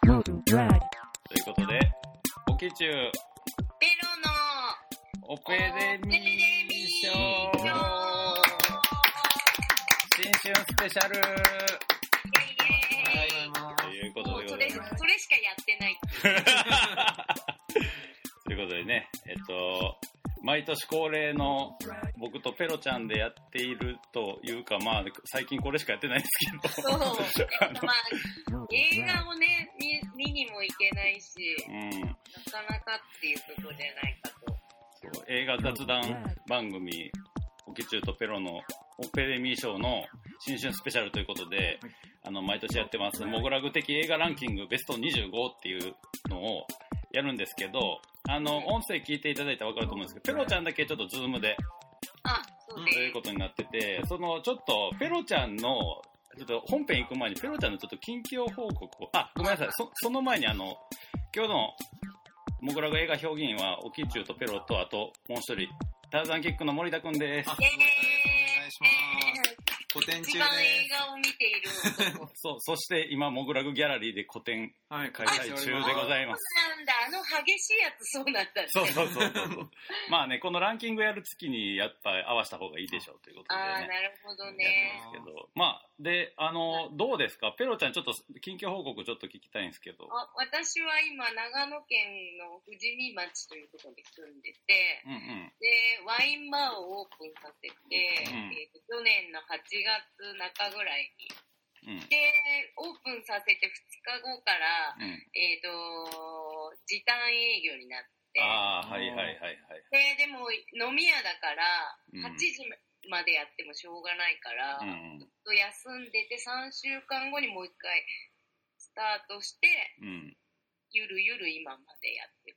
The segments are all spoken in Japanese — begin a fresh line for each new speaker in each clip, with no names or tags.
ということで、オケチュー、
ベロの
オペレミー賞新春スペシャル
イ
と
ェイイェイ
いうこと
も
でご
う
ざ
それ、
い
それ
ます。
しかやってない。
ということでね、えっと、毎年恒例の僕とペロちゃんでやっているというか、まあ、最近これしかやってないんですけ
そう。
ど。
まあ、映画をね、見見にも行けないし、
うん
なかなかっていうことじゃないかと。
そう映画雑談番組、オケチューとペロのオペレミー賞の新春スペシャルということで、あの、毎年やってます、モグラグ的映画ランキングベスト25っていうのをやるんですけど、あの、音声聞いていただいたらわかると思うんですけど、ペロちゃんだけちょっとズームで
あ、そう
という
で
ことになってて、その、ちょっと、ペロちゃんの、ちょっと本編行く前に、ペロちゃんのちょっと近況報告を、あ、ごめんなさい、そその前にあの、今日の、モグラグ映画評議員は、オキチュウとペロと、あと、もう一人、ターザンキックの森田くんです
あ。
す。イェーイ
お願いします。古典中
一
で
番映画を見ている男。
そう、そして今、モグラグギャラリーで個展
す。はい、
開催中でご
い
ざいます。
なんだ、あの激しいやつそうなったんだ
そうそうそうそうそう。まあね、このランキングやる月に、やっぱ合わせた方がいいでしょうということでね。
ああ、なるほど
で
ね。
すけど。まあ、で、あの、どうですかペロちゃん、ちょっと、近況報告ちょっと聞きたいんですけど。
あ私は今、長野県の富士見町というところに住んでて、
うんうん。
で、ワインバーをオープンさせて、
うん
えーと去年の8月中ぐらいに。
うん。
で、オープンさせて2日後から、
うん。
えっ、と、時短営業になって、
ああ、はいはいはいはい。
で、でも飲み屋だから
うん、
8時までやってもしょうがないから、
うんうん。
と休んでて3週間後にもう一回スタートして
うん。
ゆるゆる今までやってる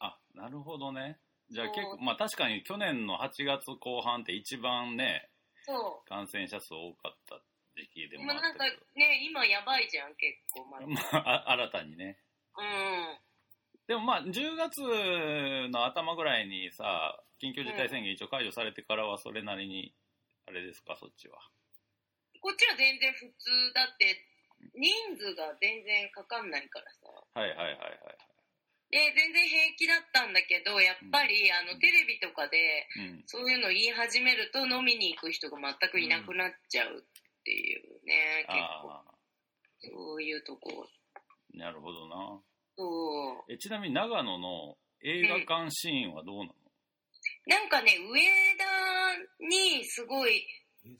あ、なるほどね。じゃあ
そう
結構、まあ確かに去年の8月後半って一番ね、
そ
感染者数多かった時期で
う
も
今
あ
なん
ったけ
か
ど。
ね今やばいじゃん結構まだうん
まあ、あ新たにね。でもまあ、10月の頭ぐらいにさ、緊急事態宣言一応解除されてからはそれなりに、あれですか、そっちは。
こっちは全然普通だって人数が全然かかんないからさ
はいはいはいはい。
で全然平気だったんだけどやっぱり、あのテレビとかで
うん。
そういうの言い始めると飲みに行く人が全くいなくなっちゃうっていうね、
ああ、
結構そういうとこ
なるほどな。
そう
えちなみに長野の映画館シーンはどうなの、
なんかね、上田にすごい、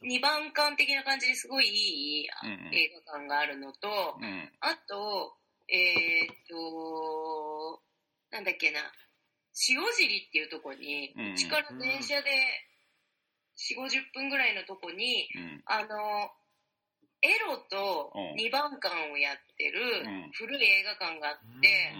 二番館的な感じですごいいい
うんうん
映画館があるのと、
うん、
あと、えーっと、なんだっけな、塩尻っていうとこに
うんうん、
うちから電車で4、50分ぐらいのとこに、
うん、
あの、エロと
うん
二番館をやってる
うん
古い映画館があって、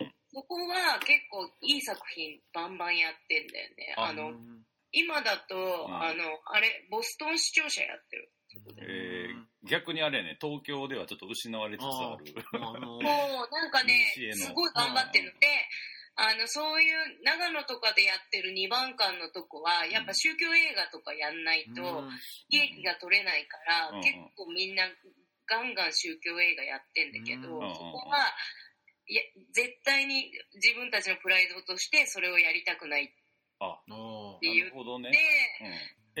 うん、
そこは結構いい作品バンバンやってんだよね。
あ
あの、
うん
今だと、
うん
あの、あれ、ボストン視聴者やってる。
うん。えー、逆にあれやね、東京ではちょっと失われつつある。
あの
もう、なんかね
西へ、の
すごい頑張ってるので、あの、そういう、長野とかでやってる2番館のとこは、やっぱ宗教映画とかやんないと、利益が取れないから、
うん
結構みんな、ガンガン宗教映画やってんだけど、
うん
そこは、いや、絶対に自分たちのプライドとしてそれをやりたくないっ
あ、
の
て
な
言
る
っ
ほどね
て、。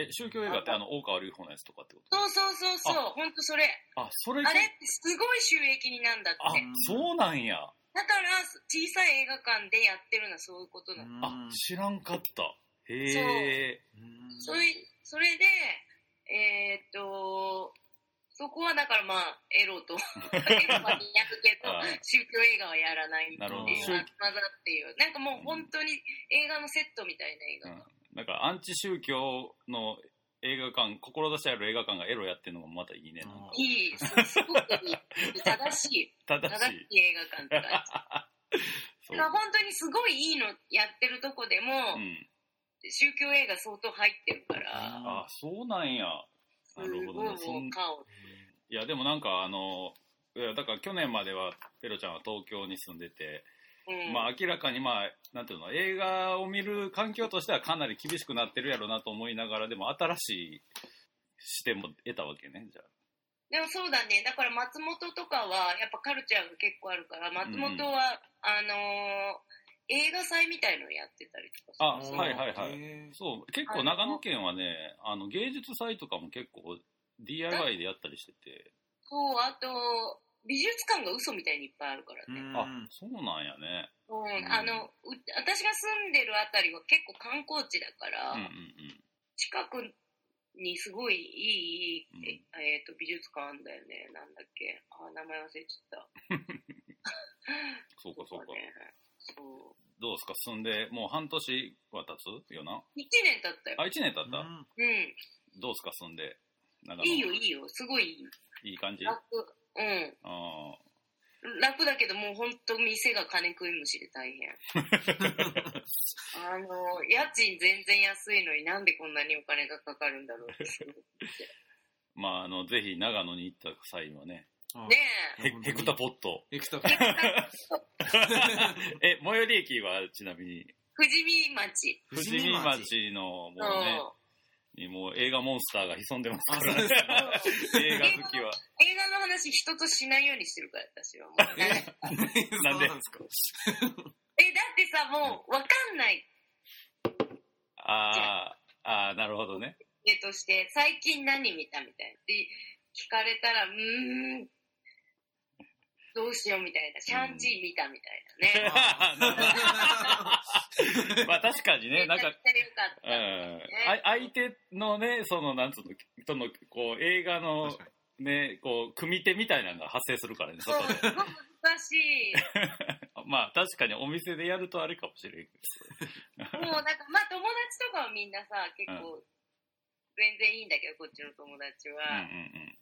うん、え、宗教映画ってあの、大川隆法のやつとかってこ
そうそうそうそう、ほんとそれ。
とあ、それ
あれってすごい収益になんだって。
あ、そうなんや。
だから、小さい映画館でやってるのはそういうことなの。
あ、知らんかった。へえ。
それ、それで、えーっと、そこはだからまあ、エロと、エロは似合うけど
ああ、
宗教映画はやらないってい
な
う
るほど
技っていう、なんかもう本当に映画のセットみたいな映画が。
なんか、アンチ宗教の映画館、志ある映画館がエロやってるのもまたいいね。なんか
うん
いい、すすごくいい。正しい、
正
正
しい。
しい映画館って感じ。
そ
だから本当にすごいいいのやってるとこでも、
うん。
宗教映画相当入ってるから、
あ、そうなんや。なるほどね。
す
そ
ごいも
ん
う顔
いや、でもなんか、あの、いやだから去年まではペロちゃんは東京に住んでて、
うん、
まあ明らかにまあなんていうの映画を見る環境としてはかなり厳しくなってるやろうなと思いながらでも新しい視点も得たわけねじゃあ
でもそうだねだから松本とかはやっぱカルチャーが結構あるから松本は、あのー映画祭みたいのをやってたりとか
あ
する
はいはいはい
へー
そう結構長野県はねあの芸術祭とかも結構 DIY でやったりしてて
そうあと美術館が嘘みたいにいっぱいあるから
う
ね、
ん
あそうなんやね
うん
ん
あのう私が住んでるあたりは結構観光地だか
う
ら、
んうん
近くにすごいいい、
うん
ええーと美術館あんだよねなんだっけあ名前忘れちゃった
そうか そうか
ねそう
どうですか住んでもう半年は経つよな
1年経ったよ
あ1年経った、
うん
うん
どうですか住んで長野
いいよいいよすごいいい
いい感じあ
楽うん
あ
楽だけどもう本当店が金食い虫で大 変あの家賃全然安いのになんでこんなにお金がかかるんだろうってすごい
まああのぜひ長野に行った際にはね
あ
ね
い
え
ヘ
や本当
ヘ
に
クタポッ ト
エク タ
え最寄り駅はちなみに
富士見町
富士見町のもうね
の
にもう映画モンスターが潜んでます
あ
か
そう
ら
で
ね
すね
映画好きは
映画の話人としないようにしてるから私はもうえだっ
なんで
そうすか
てさもう分かんない
あーあーなるほどね
家として最近何見たみたいなって聞かれたらうーんどうしようみたいなシャンチー見たみたいなね、
あ
まあ確かに ねなんか
めちゃくちゃ良かっ
う
た
ん、あ相手のね、その、なんつうの、との、こう、映画の
確、かに
ね、こう、組手みたいなのが発生するからね、
そう、
外で。
すごく難しい。
まあ、確かにお店でやるとあれかもしれんけ
もうなんか、まあ友達とかはみんなさ、結構、全然いいんだけど、こっちの友達
ど。うんうん
は。
うん。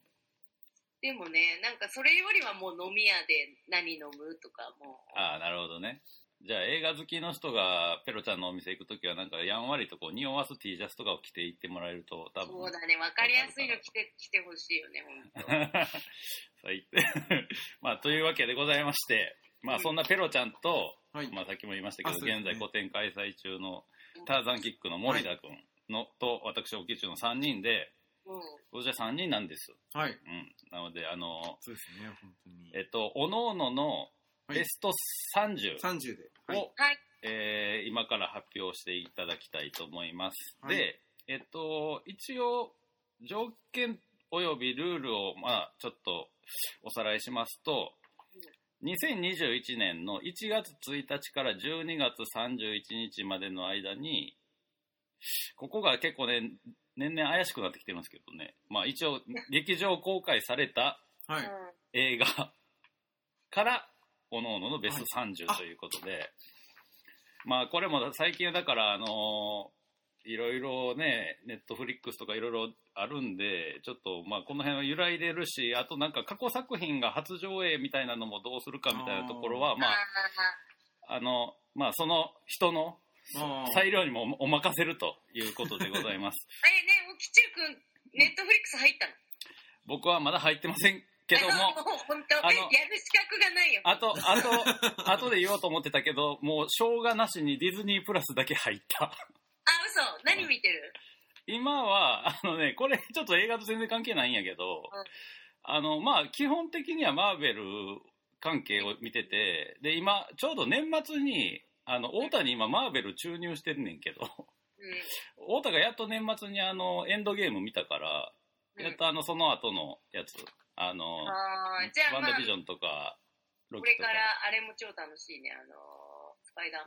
でもね、なんかそれよりはもう飲み屋で何飲むとかもう。
ああ、なるほどね。じゃあ、映画好きの人が、ペロちゃんのお店行くときは、なんか、やんわりと、こう、匂わす T シャツとかを着て行ってもらえると、多
そう
分。
だね、わかりやすいの来て、来てほしいよね、ほんと。
最低 まあ、というわけでございまして、まあ、そんなペロちゃんと、
はい
まあ、さっきも言いましたけど、
あそうですね
現在、個展開催中のターザンキックの森田君の、と、私、おきちゅうの3人で、
うん。
今年は3人なんです。
はい
うん。なので、あの、
そうですね本当に
えっと、おのおのの
はい
ベスト30を、
30ではい
はい。
えー今から発表していただきたいと思います。
はい
で、えっと、一応、条件およびルールを、まあ、ちょっとおさらいしますと、2021年の1月1日から12月31日までの間に、ここが結構ね、年々怪しくなってきてますけどね、まあ一応、劇場公開された
は
う
い
ん
映画から、おのおののベスト30ということで、まあこれも最近はだから、あのーいろいろね、ネットフリックスとかいろいろあるんで、ちょっとまあこの辺は揺らいでるし、あとなんか過去作品が初上映みたいなのもどうするかみたいなところは、まあ、あの、まあその人の
あー
裁量にもお任せるということでございます。
え、ね、おきちゅうくん、ネットフリックス入ったの
僕はまだ入ってませんけど も、
う本当、
あ
や
の
る資格がないよ。
あと、あ と、あとで言おうと思ってたけど、もう、しょうがなしにディズニープラスだけ入った。
あ、嘘。何見てる
今は、あのね、これ、ちょっと映画と全然関係ないんやけど、あの、まあ、基本的にはマーベル関係を見てて、で、今、ちょうど年末に、あの、太田に今、マーベル注入してんねんけど、 太田がやっと年末にあの、エンドゲーム見たから、
うん。
やっとあの、その後のやつ、あの、
あーじゃあ
ワン
まあ
ダービジョンとか、ロ
こ
キ
れ
と
か
か。
らあれも超楽しいね、あのースパイダー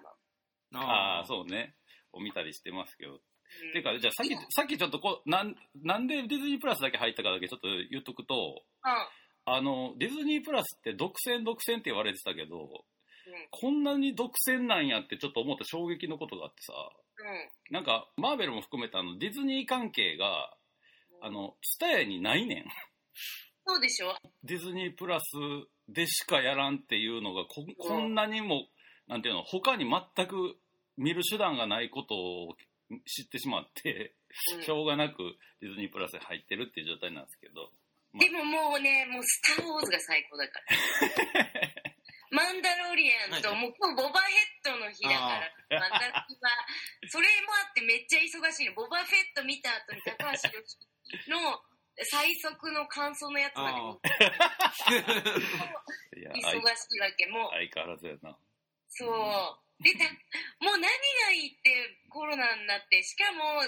マン。
ああ、
う
そうね。を見たりしてますけど、
うん
てか、じゃあさっき、さっきちょっとこう、なん、なんでディズニープラスだけ入ったかだけちょっと言っとくと、あの、ディズニープラスって独占独占って言われてたけど、こんなに独占なんやってちょっと思った衝撃のことがあってさ、
うん、うん、
なんか、マーベルも含めたあの、ディズニー関係が、
うん
あの、ツタヤにないねん。
そうでしょ
ディズニープラスでしかやらんっていうのがここんなにも、なんていうの他に全く見る手段がないことを知ってしまって、
うん
しょうがなくディズニープラスに入ってるっていう状態なんですけど
でももうね、もうスター・ウォーズが最高だか ら。マンダロリアンと、
はい
もう今日ボバヘッドの日だから、マンダロリは、それもあってめっちゃ忙しいの。ボバフェット見た後に高橋由紀の最速の感想のやつまで
い
見て
や、
忙し
相
いわけもう、
相変わらずやな。
そう。で、 たもう何がいいってコロナになって、しかも、
ん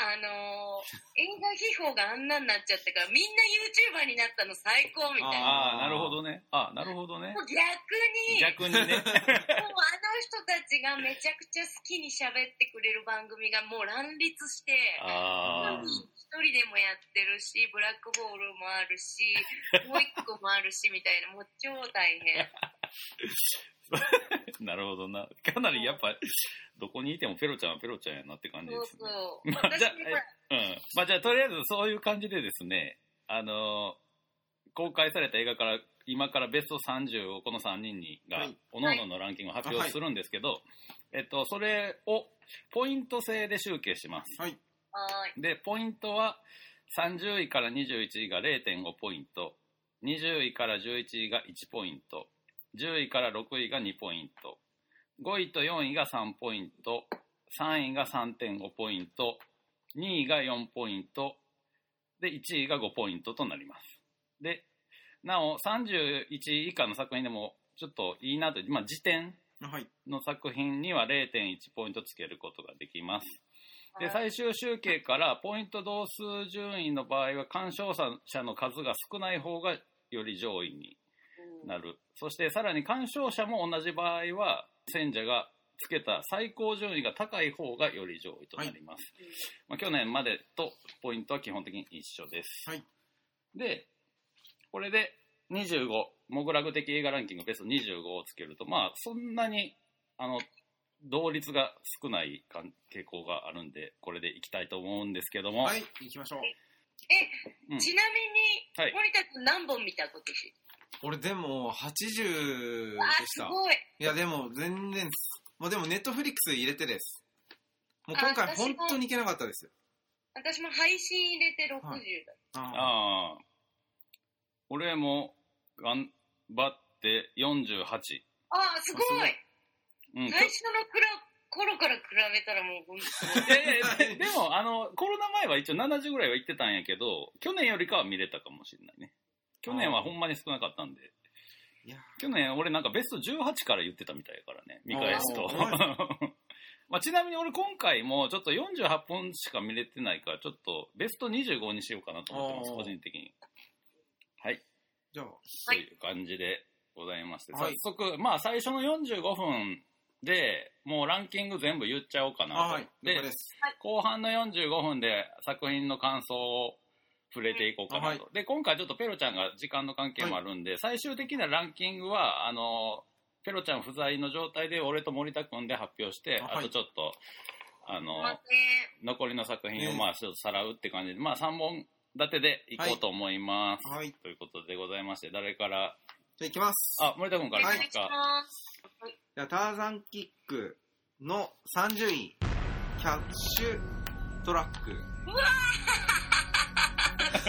あのー映画秘宝があんなになっちゃったから、みんな YouTuber になったの最高みたいな。
ああ、なるほどね。ああ、なるほどね
も。う逆
逆
に、
にね。
もうあの人たちがめちゃくちゃ好きに喋ってくれる番組がもう乱立して、
ああ、
一人でもやってるし、ブラックボールもあるし、もう一個もあるしみたいな、もう超大 変。
なるほどな。かなりやっぱ、どこにいてもペロちゃんはペロちゃんやなって感じ
そ
で
う
すね。
そう。
まあ
私
じゃあ
は、
うん。まあじゃあ、とりあえずそういう感じでですね、あのー公開された映画から、今からベスト30をこの3人にが
はい、
おのおののランキングを発表するんですけど、えっと、それをポイント制で集計します。
はい。
はーい。
で、ポイントは30位から21位が0.5ポイント、20位から11位が1ポイント、10位から6位が2ポイント、5位と4位が3ポイント、3位が3.5ポイント、2位が4ポイント、で、1位が5ポイントとなります。で、なお、31位以下の作品でも、ちょっといいなと、まあ、時点
はい。
の作品には0.1ポイントつけることができます。で、
はい
最終集計からポイント同数順位の場合は、鑑賞者の数が少ない方がより上位に
うん
なる。そして、さらに鑑賞者も同じ場合は、選者がつけた最高順位が高い方がより上位となります。まあ、去年までとポイントは基本的に一緒です。
はい
で、これで25、モグラグ的映画ランキングベスト25をつけると、まあ、そんなに、あの、同率が少ない感傾向があるんで、これでいきたいと思うんですけども、
はい。行きましょう。
う
え、
ん
ちなみに、
はい
森田君何本見たことし
俺でも、80で
あ、
し
す
た。
ごい。
いや、でも全然です。まあでも、ネットフリックス入れてです。もう今
あ
回
私も
本当に行けなかったです。
私も配信入れて60だ。
はいあ
ああ、俺も頑張って48。
あ、すご
あすご
い
い
うん、
最初のくら頃から比べたらもう本当に。
いやいや いやでも、あの、コロナ前は一応70ぐらいは行ってたんやけど、去年よりかは見れたかもしれないね。去年はほんまに少なかったんで。
いや
去年俺なんかベスト18から言ってたみたいやからね、見返すと
あー。
まあ、ちなみに俺今回もちょっと48本しか見れてないから、ちょっとベスト25にしようかなと思ってます、
あー
個人的に。はい。
じゃあ、
と
はい
いう感じでございまして、
はい
早速、まあ最初の45分で、もうランキング全部言っちゃおうかなと。
あはい。了
で
解です。
後半の45分で作品の感想を触れていこうかなと。
はい
で、今回ちょっとペロちゃんが時間の関係もあるんで、最終的なランキングは、あの、ペロちゃん不在の状態で俺と森田くんで発表して、
あはい
あとちょっと、あの、
まあね、
残りの作品を
ね
まあちょっとさらうって感じで、まあ3本立てでいこうと思います。
はい。じ
ということでございまして、誰から、
ゃあ行きます。
あ、森田くん
お
から
願
いい
い
です
し
か。
ます。
じゃあターザンキックの30位、キャッシュトラック。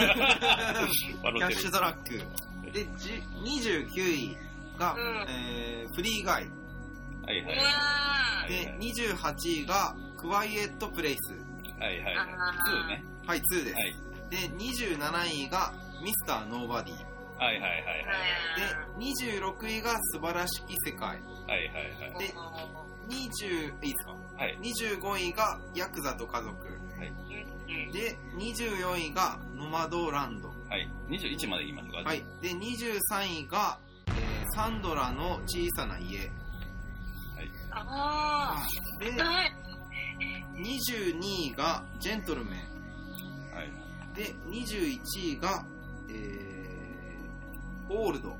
笑うて
キャッシュ
る
トラック。で、じ29位が、
うん
えーフリーガイ。
はいは
う
い
わ。
は
ー
い
で
は、い
28位が、クワイエットプレイス。
はいはい
あー
はい。
はい、2です。
はい
で、27位が、ミスターノーバディ。で、
はいはいはいはい。
26位が、素晴らしき世界。
はいはいはい。
で
で20、いいですか
はい。
25位が、ヤクザと家
う
族。
ん
で、24位が、ノマドランド。
はい。21まで言いましょうか。
はい。で、23位が、えーサンドラの小さな家。
あ
で
ー、、はい。
22位が、ジェントルメン。
はい。
で、21位が、えー、オールド。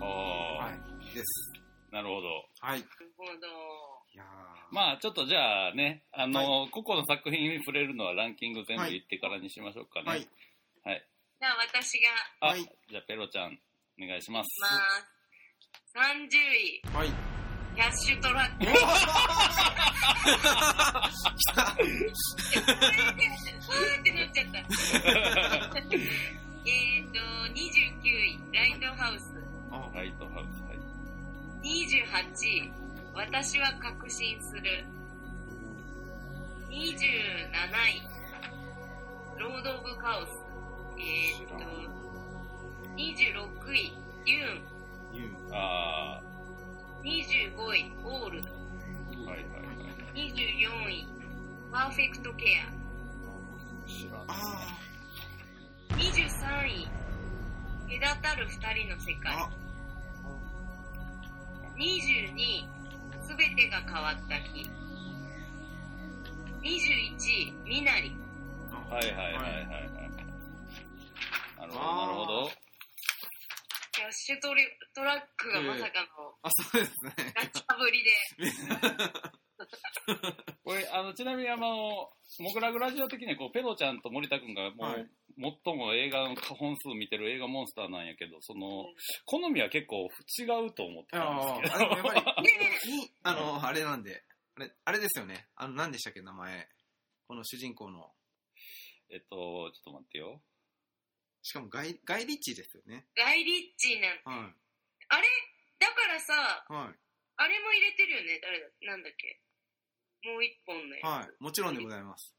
ああ、
はい。です。
なるほど。
はい。い
なるほど。
やー
まあ、ちょっとじゃあね、あの、個々の作品に触れるのはランキング全部言ってからにしましょうかね。
はい。
じゃあ私が、
あ、
はい
じゃあ、ペロちゃん、お願いします。
まあ、30位、
はい。
キャッシュトラック。これで、ふーってなっちゃった。えー、
ライトハウス、はい。
28私は確信する27位ロード・オブ・カオスえー、っと26位ユーン
ユン。
あ
25位オール
ー、はいはいはい。
24位パーフェクトケ
知らない。
あ
ア23位隔たる2人の世界
あ、あ、
22位すべてが変わった日21位みなり
はいはいはいはいはい。なるほど、なるほど。
キャッシュトリトラックがまさかの
あ、そうですね。
ガチャぶりで、
これ、あの、ちなみに、あの、モグラグラジオ的には、こう、ペロちゃんと森田くんが、もう、
はい
最も映画の本数見てる映画モンスターなんやけど、その、好みは結構違うと思って
あ
たん
あ
です
あ、でもやっぱり、
ねえ
にあの、あれなんで、あれ、あれですよね。あの、何でしたっけ、名前。この主人公の、
けど、えっと、ちょっと待ってよ。
しかもガイ、ガイリッチーですよね。
ガイリッチーなん
は
あれだからさ、
い。は
あれも入れてるよね、誰だ、なんだっけ。もう一本ね
い。。はい。もちろんでございます。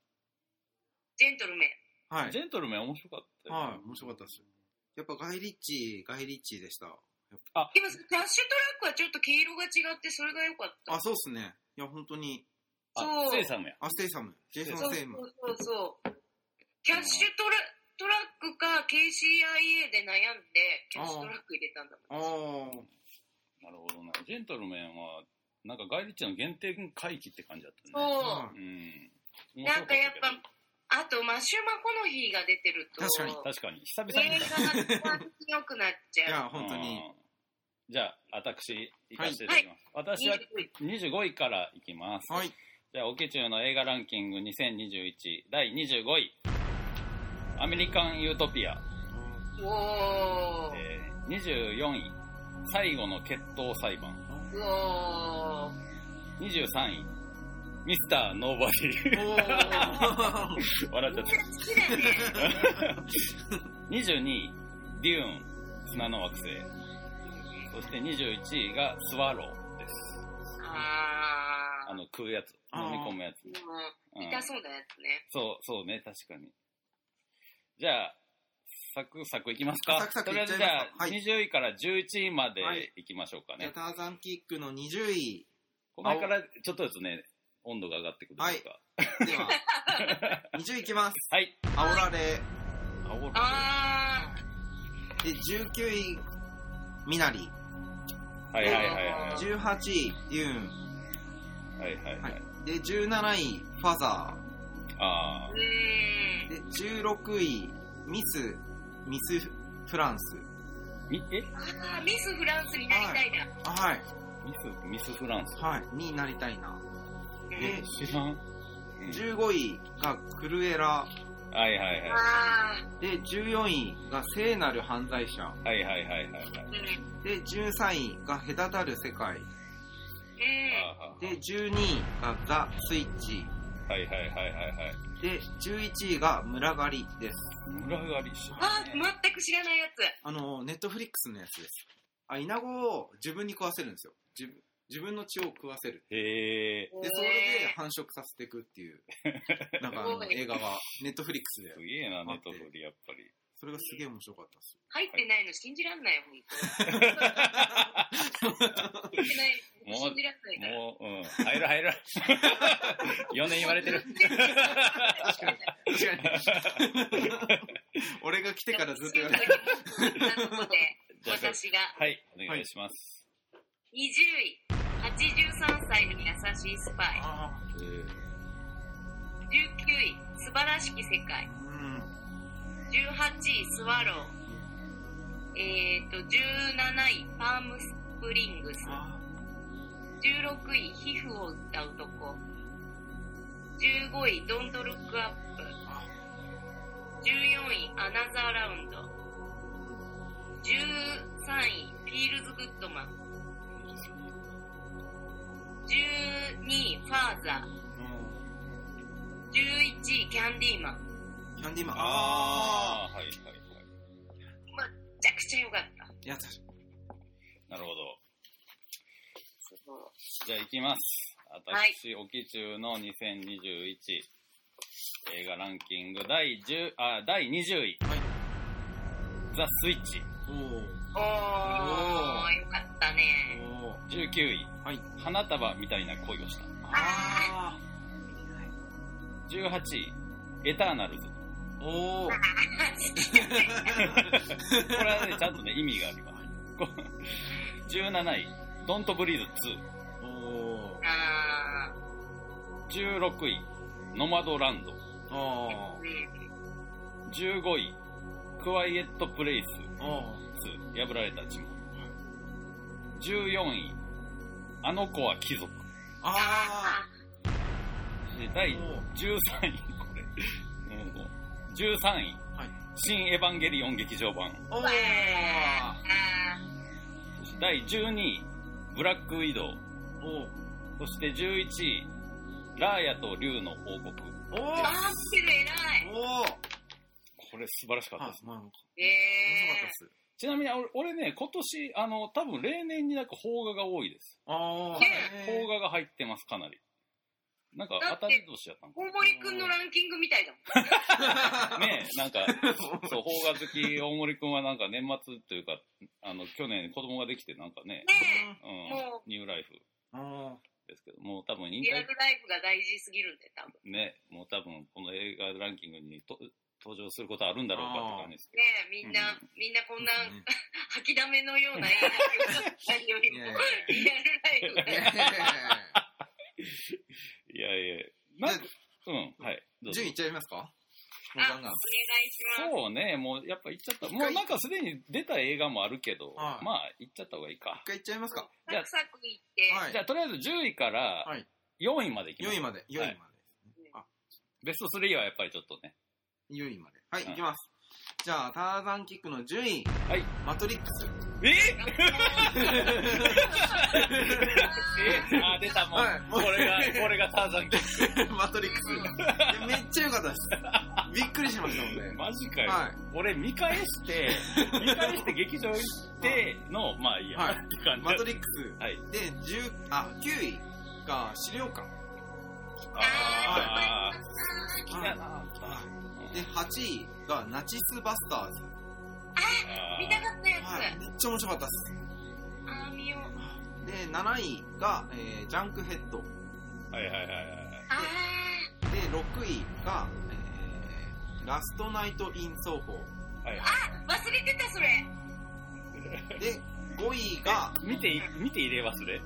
ジェントルメン。
はい
ジ。ェントルメン面白かったよ
はい。面白かったです。やっぱガイリッチー、ガイリッチーでした。
でも、ダッシュトラックはちょっと毛色が違って、それが良かった。
あ、そうっすね。いや、本当に、
そ
あ、
う
セイサムや。
あ、セイサム、ジェイ
う
ソ
そ
ン・
う
セイ
そ
ム。
うそうそう。キャッシュトラトラックか KCIA で悩んで、キャッシュトラック入れたんだもん。
ああ、
なるほどね。ジェントルメンは、なんか、ガイリッチの原点回帰って感じだったね。
そ
う。ん。
うう。
面
な
白
ん
った
か
けど
やっぱ、あと、マシュマコの日が出てると、
確かに
確かに、久々に
映。画が強くなっち
い
ゃう。
や、本当に。
うん。じゃあ、私、行かせていただきます。私は
25位
25位からいきます。
はい。
じゃあ、オケチューの映画ランキング2021第25位。アメリカン・ユートピア。
おー。
えー24位。最後の決闘裁判。
うおー。
23位。ミスター・ノーバデ
おー
ィ。 笑っちゃった
みんな。好きだね。
22位、デューン、砂の惑星。そして21位がスワローです。
あ
あの、食うやつ。
あー
飲み込むやつ。
ー。も
うん
う、痛そうなやつね。
そう、そうね、確かに。じゃあ、サクサクいきますか。
サクサク
とりあ
い
え
っちゃ
ず
い
じ
ますか
ゃあ、
はい
20位から11位まで
はい
いきましょうか
じゃあ
ね。
ターザンキックの20位。
この辺からちょっとずつね、温度が上がってくるというか。
では、20いきます。
はい。
煽られ。
青ロ
あ
で、19位、ミナリ。
はいはいはい
18位、ユーン。
はい。はいはいは
はいい。で、17位、ファザ
あ
ー。
あ
うー
ー。
ん。
で、16位、ミス、ミスフランス。
みえ
あー、ミスフランスになりたいな。
あはい。
ミス、ミスフランス。
はい。になりたいな。
うん
知らん。うん
15位がクルエラ。
はいはいはい。
あ
で、14位が聖なる犯罪者。
はいはいはいはいはい。
ー。うん。うん。
で、13位が隔たる世界。
あー
で、12位がザ・スイッチ。
はいはいはいはいはい。
で、11位が村狩りです。
村上りし
あー、全く知らないやつ。
あの、ネットフリックスのやつです。あ、イナゴを自分に食わせるんですよ。自分自分の血を食わせる。
へえ。。
で、それで繁殖させていくっていう、なんかあの
すごい
映画が、ネットフリックスです
げえな、ネ
待
ッ
って
トフリやっぱり。
それがすげえ面白かったです。
入ってないの信じらんない、ほんと。入ってないの信じらんないから。
もう、うん、入る入る。4年言われて る。
確かに。
確かに。俺が来てからずっと言われてる。
なので、
じゃあ
私が。
はい、お願いします。
20位、83歳の優しいスパイ。
あ
えー
19位、素晴らしき世界
あ、。うん。
18位、スワロー。えっ、ー、と、17位、パームスプリングス。
あ
16位、皮膚を売った男。15位、ドントルックアップ。14位、アナザーラウンド。13位、フィールズ・グッドマン。12位、ファーザー。
あ、も
11位、キャンディーマン。
う、キャンディーマン。
あー、はいはいはい。
めちゃくちゃ良かった。
いや、確か
そう
じゃあ行きます。
はい
私、おきちゅうの2021映画ランキング第10あ第20位、
はい
ザ・スイッチ
おー
おー、よかったね。
おー
19位
はい。
花束みたいな恋をした
あ
18位エターナルズ
ー。おー。
これはねちゃんとね意味があ りますこ17位ドントブリー
おー。
あ
ズ2 16位ノマドランド
あ
ー、うん。
15位クワイエットプレイス
ー。お
2破られた地も14位あの子は貴族
あ
で第
ー。おー。
13位これもう13位、
はい
新エヴァンゲリオン劇場版
おー。
わあー、
そして第12位ブラックウィドウ
おー。
そして11位ラーヤと竜の王国
お
あー、
ー。
マジで偉い。
おー。
これ素晴らしかった
あ
です、
まあ、面白かっ
え
たっ
ー。
す。
ちなみに俺俺ね今年あの多分例年になく邦画が多いです
あー。
邦画が入ってますかなりなんか
だって
当たり年やったんか
大森くんのランキングみたいだもん。
画
ねえなんかそう邦画好き大森君はなんか年末というかあの去年子供ができてなんかね、
ね
う
も
ん、ニューライフ
おー。
ですけど、もう多分
え、
引
リアル
退、
ライフが大事すぎるんで、多分。
ね、もう多分この映画ランキングにと登場することあるんだろうかって感じですけ
ねえ、みんな、
う
みんなこんな
ね
吐きだめのような映画を見たよりも、
いやい
リアルライフが。
ど。いやいや、なんか、うん、はい、どうぞ
順位いっちゃいますか
あ、お願いします。
そうね、もうやっぱ行っちゃった。もうなんかすでに出た映画もあるけど、
はい
まあ行っちゃった方がいいか
一。回いっちゃいますか
じゃ
サ
あ
クサクいって、
はい
じゃあとりあえず10位から
はい
4位まで行きま
?4
す。
位まで。4位まで。
ベスト3はやっぱりちょっとね。
4位まで。はい、
うん
いきます。じゃあ、ターザンキックの順位。
はい。
マトリックス。
え
頑張ろ
え あー、出たもん。
はいも
こ
う
れが、これがターザンキッ
マトリックス。いやめっちゃ良かっ たです。びっくりしましたもん
ク。
ね。
マジかよ。
は
俺見返 して、見返して劇場行っての、まあいいや、
はい
って感
い。
じ。
マト
リ
リックス。
はい。
で、10、あ、9位が資料館。
あー、
来
来たな。
はい。で、8位がナチスバスターズ。
う見たかったやつ。
はい。めっちゃ面白かったです。
あー、見よう。
で、7位が、えージャンクヘッド。で、
はいはいはいはい。
あ
6位が、えーラストナイト・イン・奏法。
はい
ー、忘れてた、それ。
で、5 位が、
見てい、見て入れ忘れ。
う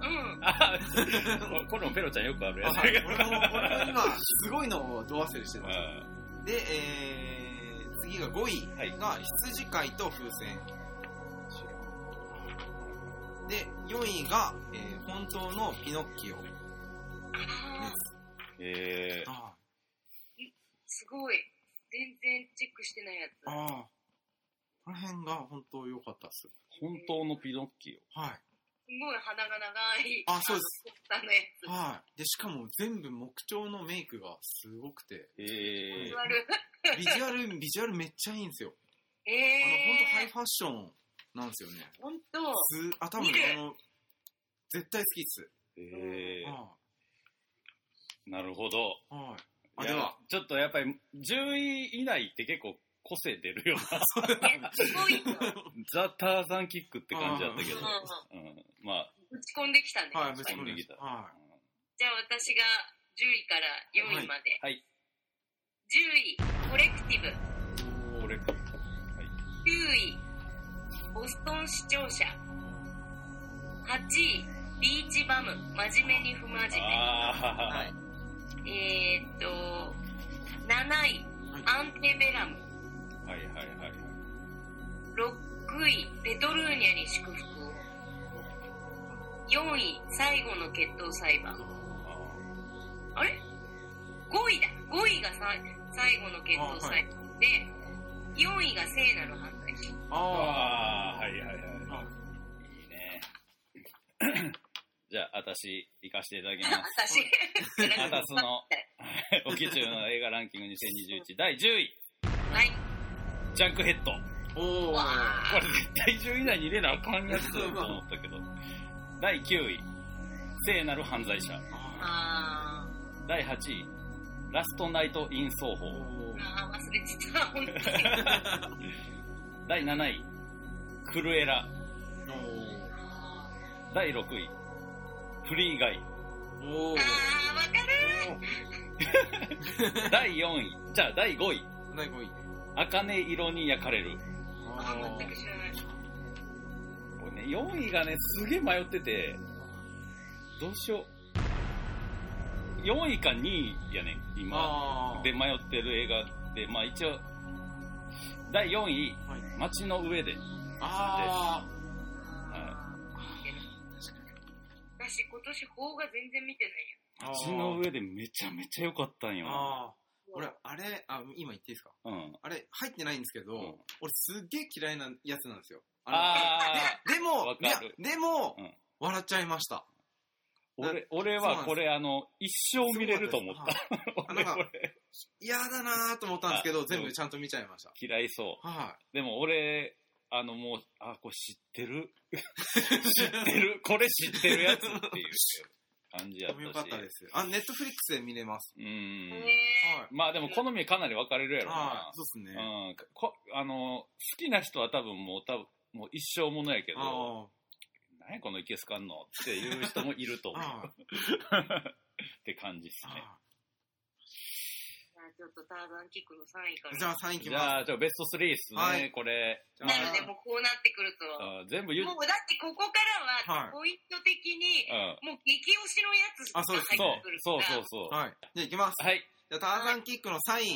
ん。
あー これもペロちゃんよくあるや
あ
つ。
はい俺も、 俺も今、すごいのをど忘れしてた。
うん
で、えー、次が5位
はい。
が羊飼いと風船。で、4位が、えー本当のピノッキオ。
あー、
えー、
あ
すごい。全然チェックしてないやつ。
あ、ああ。この辺が本当良かったっす。
本当のピノッキオ。
はい。
すごい鼻が長い。
あそうです。
あのやつ。
はい。で、しかも全部木彫のメイクがすごくて、
え
座る。
ビジュアル、ビジュアルめっちゃいいんですよ。
え
あの、本当ハイ
えー。
ファッションなんですよね。
本当。
す、あ、多分
見る
あの、絶対好きっす。
ー、え
は
ー、なるほど。
い。は
い
い。あ、
や
では、
ちょっとやっぱり、10位以内って結構個性出るよな。
ねすごいよ。
ザ・ターザンキックって感じだったけど
うん。
うん。まあ、
うん打ち込んできたね。
はい、ぶ
ぶ
ち
ち
込
込
ん
ん
で
で
き
き
た。
た
は
じゃあ私が10位から4位まで。
はい。
10位、コレクティブ。
これか。はい。
9位、ボストン視聴者。8位、ビーチバム。真面目に不真面
ああ、
はい
目。えー、っと、7位、アンテベラム。
はいはいはいはい。
6位、ペトルーニャに祝福を。4位、最後の決闘裁判。
あ
あれ ?5 位だ。5位がさ最後の決闘裁判、で、4位が聖なる犯罪。
い。あ
あー、はいはいはい。
はい
いいね。 じゃあ、私、行かせていただきます。
私、
私の、おきちゅうの映画ランキング2021第10位、
はい。
ジャンクヘッ ド。
ー。おー。
わ
これ絶対10位以内に入れなあかんやつだと思ったけど。第9位、聖なる犯罪者。
あ
あ
第8位、ラストナイト・イン・奏
ー
法。
お
ー
ー
あー、忘れてた。本当に。
第7位、クルエラ。
あ
第6位、フリーガ イ。
おー
ー、
お
わかる
第4位、じゃあ第5位、
ー第5位
茜色に焼かれる。
あー、全く知らない。
これね、4位がね、すげえ迷ってて、どうしよう。4位か2位やね、今。
あー
で迷ってる映画で、まあ一応、第4位、
はい
街の上で。
あ
私、今年、法が全然見てない
ーあ
街の上でめちゃめちゃ良かったんよ。
ああ
や。
俺あれあ今言っていいですか
うん。
あれ入ってないんですけど、
うん
俺すっげえ嫌いなやつなんですよあ
あ
のでも
わ
いや
かる
でも、
うん
笑っちゃいました
ー、 俺、俺
そうなん
は
です
これあの、一生見れると思った。
あ
俺
なんか
これ
嫌だなーと思ったんですけ
あ
ど全
う
部
ん
ちゃんと見ちゃいました
嫌いそう。
は
でも俺、あのもう、あ、これ知って る知ってるこれ知ってるやつっていう感じやっ
いよ
た
か
し。
ったですあネットフリックスで見れます
う
や。
ん。
ね
はい
まあでも好みかなり分かれるやろない
は。そうですね、
うん。こあの、好きな人は多分もう、多分もう一生ものやけど、
あ
何やこのいけすかんのっていう人もいると
ー
思う。
あー
って感じですね。
あ
まあちょっとターザンキックの3位か
ー
ら。
じゃあ3位いき
じ
ます
ゃあ、じゃあベスト3ですね、
はい
これ。
じゃ
な
あ
ので、もうこうなってくると。
あ全部言う、
もうだってここから
はい
は、ポイント的に、
うん。
もう激推しのやつが
あそう
入っ
です
て
そう
くる、か
そう
ら。
そうそう。
はいじゃあいきます
はい。
じゃあターザンキックの3位、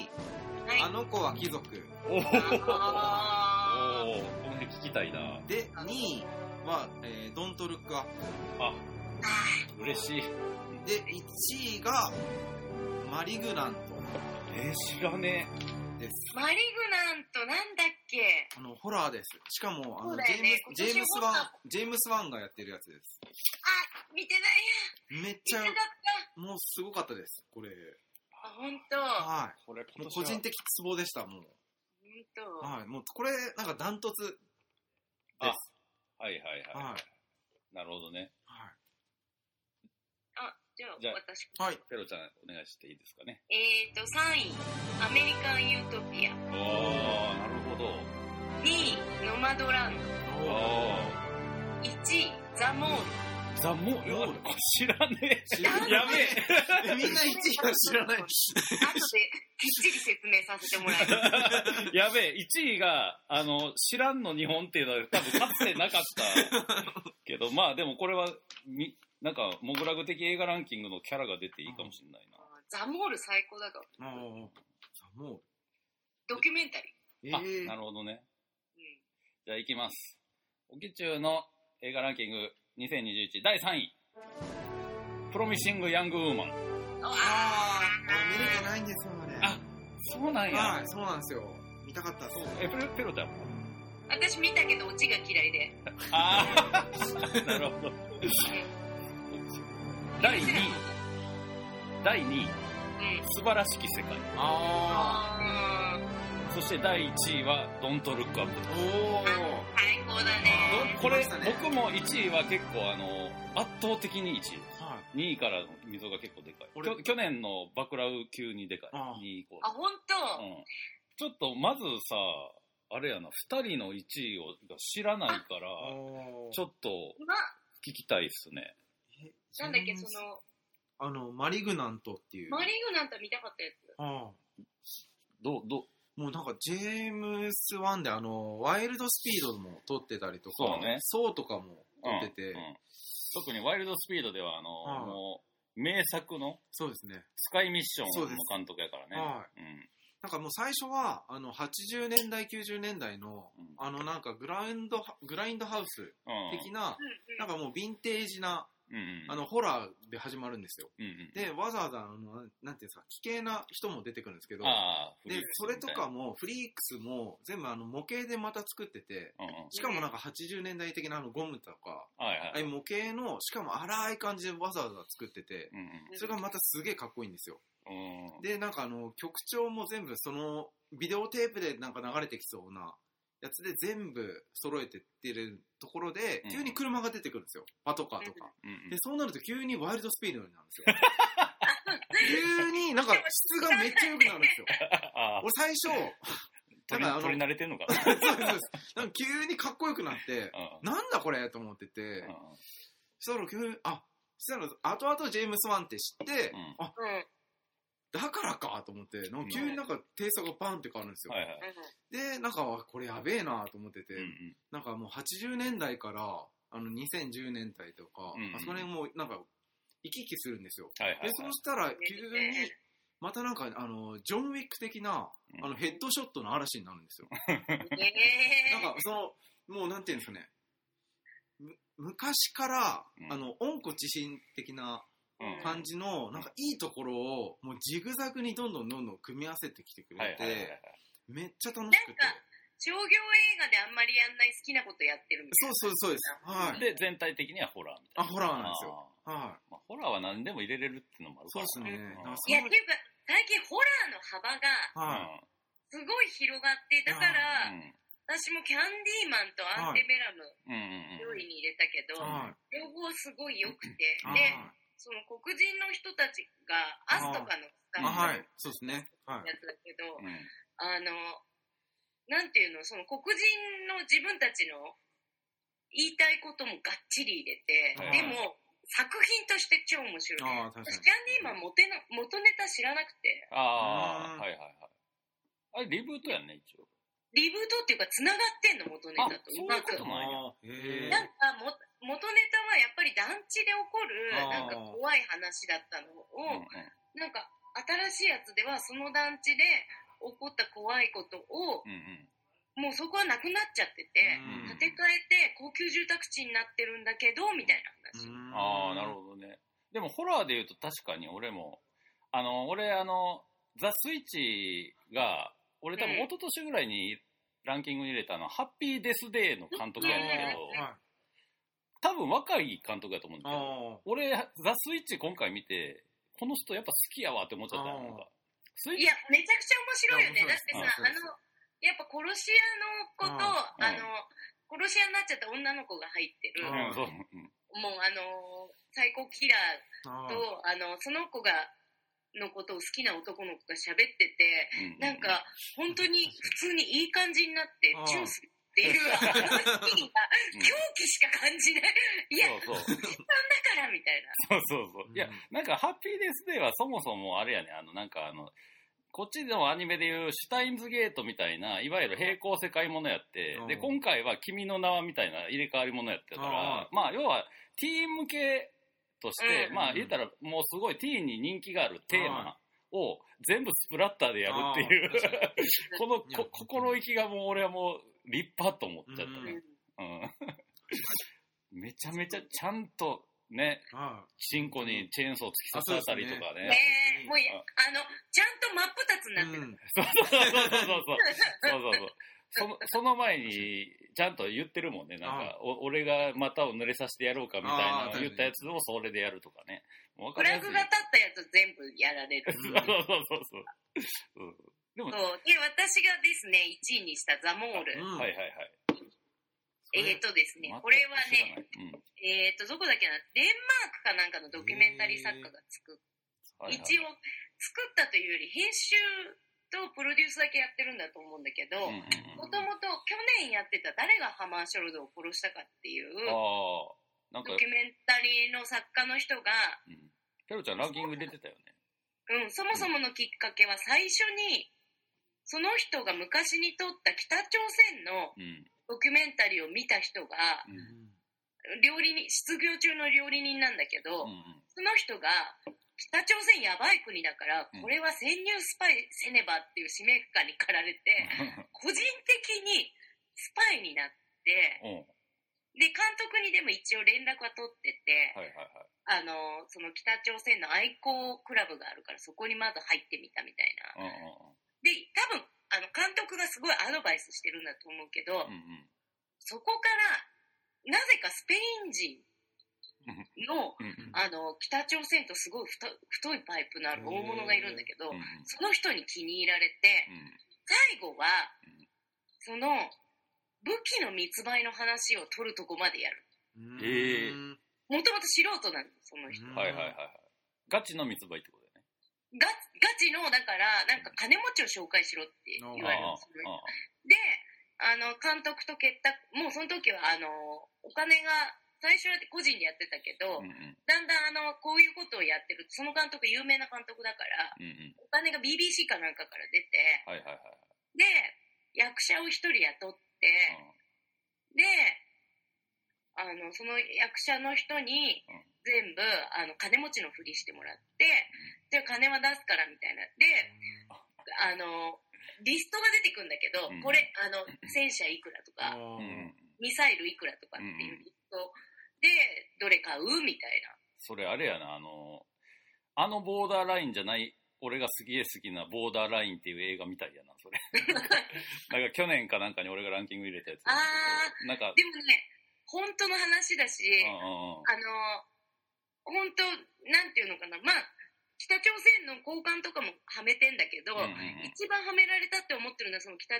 はい
あの子は貴族
おー
あ
おー、この辺聞きたいな。
で2位は、えー、ドントルックアップ
あ、
ーあ
嬉しい。
で1位がマリグラント
えー、知らね
です
ーマリグナントなんだっけ
あのホラーですしかもあ
そ
の、
うだ
ジ
よ
ェー
ね
ムスジェームス・ワン
今年ホラ
ジェームス・ワンがやってるやつです
あ、見てない
めっち
や
ゃ
見てなかっ
もうすごかったですこれ
た。あ、ほんと。ほ
は
これ
いもう個人的ツボでしたも
んと
う。はいもうこれなんかダントツです
はいはいはい。
はい
なるほどね。
は
あ、じゃあ
じゃあ
私。
い、はい、
ペロちゃんお願いしていいですかね。
えーと、3位、アメリカン・ユートピア。
おー、なるほど。
2位、ノマドランド。
お
1位、ザ・モール。
ー。ザ・モー
モール
これ知らね
知
え。
ら
や
ない
べえ。
えみんな1位は知らな い
後できっちり説明させてもらいます。
やべえ。1位が、あの、知らんの日本っていうのは多分かつてなかった。けど、まあでもこれは、み、なんか、モグラグ的映画ランキングのキャラが出ていいかもしれないな。
ザ・モール最高だから。
もうさあもう
ドキュメンタリー。
え
あ、
ー、
なるほどね。
うん
じゃあ行きます。オキチューの映画ランキング2021第3位。プロミシング・ヤング・ウーマン。
あ
あ
ー俺見れてないんですよあれ
あそうなん
は
や
い。そうなんですよ見たかったです
え、ペロペロちゃんも
あ私見たけどオチが嫌いで。
ああ なるほど。第2位。第2位。
うん。
素晴らしき世界。
あ
あー
そして第1位は、ドントルックアップ。
あおー
最高だね。
これ
来ましたね、
僕も1位は結構、あの、圧倒的に1位です。
はい
2位からの溝が結構でかい。き
俺
ょ去年のバクラウ級にでかい。
あー
2位以降。
あ、ほんと
うんちょっとまずさ、あれやな、2人の1位をが知らないから、ちょ
っ
っと
ま
聞きたいっすね。
なんだっけ、その、
あの、マリグナントっていう。
マリーグなんて見たかったやつ。
ああ
どう、どう、
もうなんか、ジェームス・ワンで、あの、ワイルドスピードも撮ってたりとか、
そうね
そうとかも撮ってて、
うんうん特にワイルドスピードでは、あの、
うん
もう、名作の
そうですね。
スカイミッショ
そう
ン
です
の監督やからね。
はい。
うん
なんかもう最初は、あの、80年代、90年代の、
うん
あの、なんか、グラウンド、グラインドハウス
うん
的な、
うんうん
なんかもうヴィンテージな、
うんうん
あの、ホラーで始まるんですよ。
うんうん
で、わざわざ、あの、なんなんていうんですか、危険な人も出てくるんですけど、
ああ、フリー
で
ク、ス
そ
みた
れ
い
と
な
か、も、フリークスも、全部あの、模型でまた作ってて、
うんうん
しかもなんか80年代的なあのゴムとか、
はい
あ
は
あい
い。
う模型の、しかも荒い感じでわざわざ作ってて、
うん
それがまたすげえかっこいいんですよ。
うんうん
で、なんかあの、曲調も全部その、ビデオテープでなんか流れてきそうなやつで全部揃えてってるところで
うん、
急に車が出てくるんですよ。パトカーとか。
うんうん
で、そうなると急にワイルドスピードになる んですよ。急になんか質がめっちゃ良くなるんですよ。
ああ、
俺最 初、
取り
なんかあの
取り慣れてんのか。
そうですそうです。なんか急にかっこよくなって、
う
なんだこれと思ってて
ん、うん
そしたら急に、あ、そしたら後々ジェームス・ワンって知って
う、ん
あ、
うん。うん。
だからかと思って、なんか急になんか低速がバンって変わるんですよ
は。いはい。
で、なんかわこれやべえなと思ってて
う、ん
なんかもう80年代から、あの2010年代とか、
うんうん
あそこら辺もうなんか行き来するんですよ。
うんはいはいは
で
い。、
そうしたら急に
ねね、
またなんかあの、ジョン・ウィック的な、あのヘッドショットの嵐に なるんですよ。
え
なんか、その、もうなんていうんですかね。む昔から、
うん
あの、温故知新的な
うん
感じの、なんかいいところを、もうジグザグにどんどんどんどん組み合わせてきてくれて、
はいはいはいはい。
めっちゃ楽しくて
な。ん商業映画であんまりやんない好きなことやってるみたい
そ
うな。
そうそうです。はい。
で、全体的にはホラーみたいな。
あホラーなんですよ
あ
は
ー。まあ、ホラーは何でも入れれるっていうのもあるから。
そうですね
うん
だからそ
いや、っていうか、最近ホラーの幅が
い。は
すごい広がって、だから、私もキャンディーマンとアンテベラム、
うん。うんうん
上
うん。
位に入れたけ
い。
ど、
はい。
両方すごい良くて、
はい
で、その黒人の人たちが、アスとかのスタ
あ
ッフ
は
の
い。そうですね。はい。
やつだけど、
うん
あの、なんていうの、その黒人の自分たちの言いたいこともがっちり入れて、
は
で
い
も、作品として超面白い。
ああ、確か
私キャンディーマン元の元ネタ知らなくて、
あ
う
あ、
ん
はいはいはい。あれ、リブートやんね、一応。
リブートっていうか繋がってんの元ネタと。
あそういうこ
く
と
に。あーへ
なんかも元ネタはやっぱり団地で起こるなん
あー
か怖い話だったの
うん
を、なんか新しいやつではその団地で起こった怖いことを
うん。うんうん。
もうそこはなくなっちゃってて、
うん
建て替えて高級住宅地になってるんだけどみたいな話、
ー。
ああ、なる
ほ
ほどね。でも、ホラーで言うと確かに俺も、あの、俺、あの、ザ・スイッチが、俺多分
うん
一昨年ぐらいにランキングに入れたのは、ハッピーデスデーの監督やねんけど、
はい。
多分若い監督やと思うんだけど、
あ
俺、ザ・スイッチ今回見て、この人やっぱ好きやわって思っちゃったよ
あー
なんか。スイッ
い
チ
やめちゃくちゃ面白いよね
い
だ
や
って
面
さ
白
あ
いです
のやっぱ殺し屋の子とあ
うん
の殺し屋になっちゃった女の子が入ってる、
う
うんん、そう。うん
もうあの最高キラー
あ。
と、あの、その子が、のことを好きな男の子が喋ってて、
うん
なん、か、本当に普通にいい感じになって
ああ、
チューするっていう、あのシーンが、
うん
狂気しか感じない。いや、
そうそう。
だから、みたいな。
そうそうそう。いや
うん、
なんか、ハッピーデスデーはそもそもあれやね、あの、なんかあの、こっちでもアニメでいうシュタインズゲートみたいな、いわゆる平行世界ものやって
う、ん
で、今回は君の名はみたいな入れ替わりものやってたか
あ
ら、まあ、要は、ティーン向けとして、
うん
まあ、言ったら、もうすごいティーンに人気があるテーマを全部スプラッターでやるっていう
あー確 か、
この
いや
こ心意気がもう俺はもう立派と思っちゃった
うん
ね。うんめちゃめちゃちゃんとね、
は
チンコにチェーンソー突き刺さったりとか
い
ね
ね。
え、もういや、あの、ちゃんと真っ二つに
い。
なってる。
ん。
そうそうそうそう。そうそうそう。その その前に、ちゃんと言ってるもんね。なんか、お俺が股を濡れさせてやろうかみたい
あ
な
ー
言ったやつをそれでやるとかね。もうわ
フ
かり
ラ
やすい
グが立ったやつ全部やられる。
うん
そうそうそうそう。うんでも、
そう
は。
で、私がですね、1位にしたザモール。
いはいはい。
えーとですね、これはね、
全く知らない、
えーと、どこだっけな、デンマークかなんかのドキュメンタリー作家が作っ
うんはいはい
一応作ったというより編集とプロデュースだけやってるんだと思うんだけど
うんうん
もともと去年やってた「誰がハマーショルドを殺したか」っていう
うんああ、なんか
ド、キュメンタリーの作家の人が、
うんペロちゃんランキング出てたよね。
うん、そもそものきっかけは最初にその人が昔に撮った北朝鮮の
うん。
ドキュメンタリーを見た人が
うん
料理人失業中の料理人なんだけど、
うん
その人が北朝鮮やばい国だから
うん
これは潜入スパイせねばっていう使命感に駆られて。個人的にスパイになって、
うん。うん。
で、監督にでも一応連絡は取ってて、
はいはいはい。
あの、その北朝鮮の愛好クラブがあるから、そこにまず入ってみたみたいな。
うんうん
で、多分、あの、監督がすごいアドバイスしてるんだと思うけど、
うん。うんうん
そこから、なぜかスペイン人の、
うんうん
あの、北朝鮮とすごい太太いパイプのある大物がいるんだけど
うん、
その人に気に入られて、
うん
最後は
うん、
その、武器の密売の話を取るとこまでやる。
ええ
うん
もともと素人なの、その人。
うん
はいはいはいはい。ガチの密売ってことだよね。
ガガチの、だから、なんか金持ちを紹介しろって言われるんです
ああ
よねで、あの、監督と結託、もうその時は、あの、お金が、最初は個人でやってたけ
ああうん
ど、
うん
だんだんあの、こういうことをやってる、その監督有名な監督だから、
うんうん。
お金が BBC かなんかから出て、
はいはいはい。
で、役者を一人雇って、で、あの、その役者の人に
うん
全部、あの、金持ちのふりしてもらって、じゃあ金は出すからみたいな。で、あの、リストが出てくんだけど、
うん
これ、あの、戦車いくらとか、
うんうん
おー
うん。
ミサイルいくらとかっていうリストで、どれ買うみたいな。
それあれやな、あの、あのボーダーラインじゃない、俺がすげえ好きなボーダーラインっていう映画みたいやな、それ。なんか去年かなんかに俺がランキング入れたやつなんですけど。なんか、
でもね、本当の話だし、
うんうんうん
あの、本当なんていうのかな、まあ、北朝鮮の高官とかもはめてんだけ
う
ど、
んうんうん
一番はめられたって思ってるのは、その北、あ、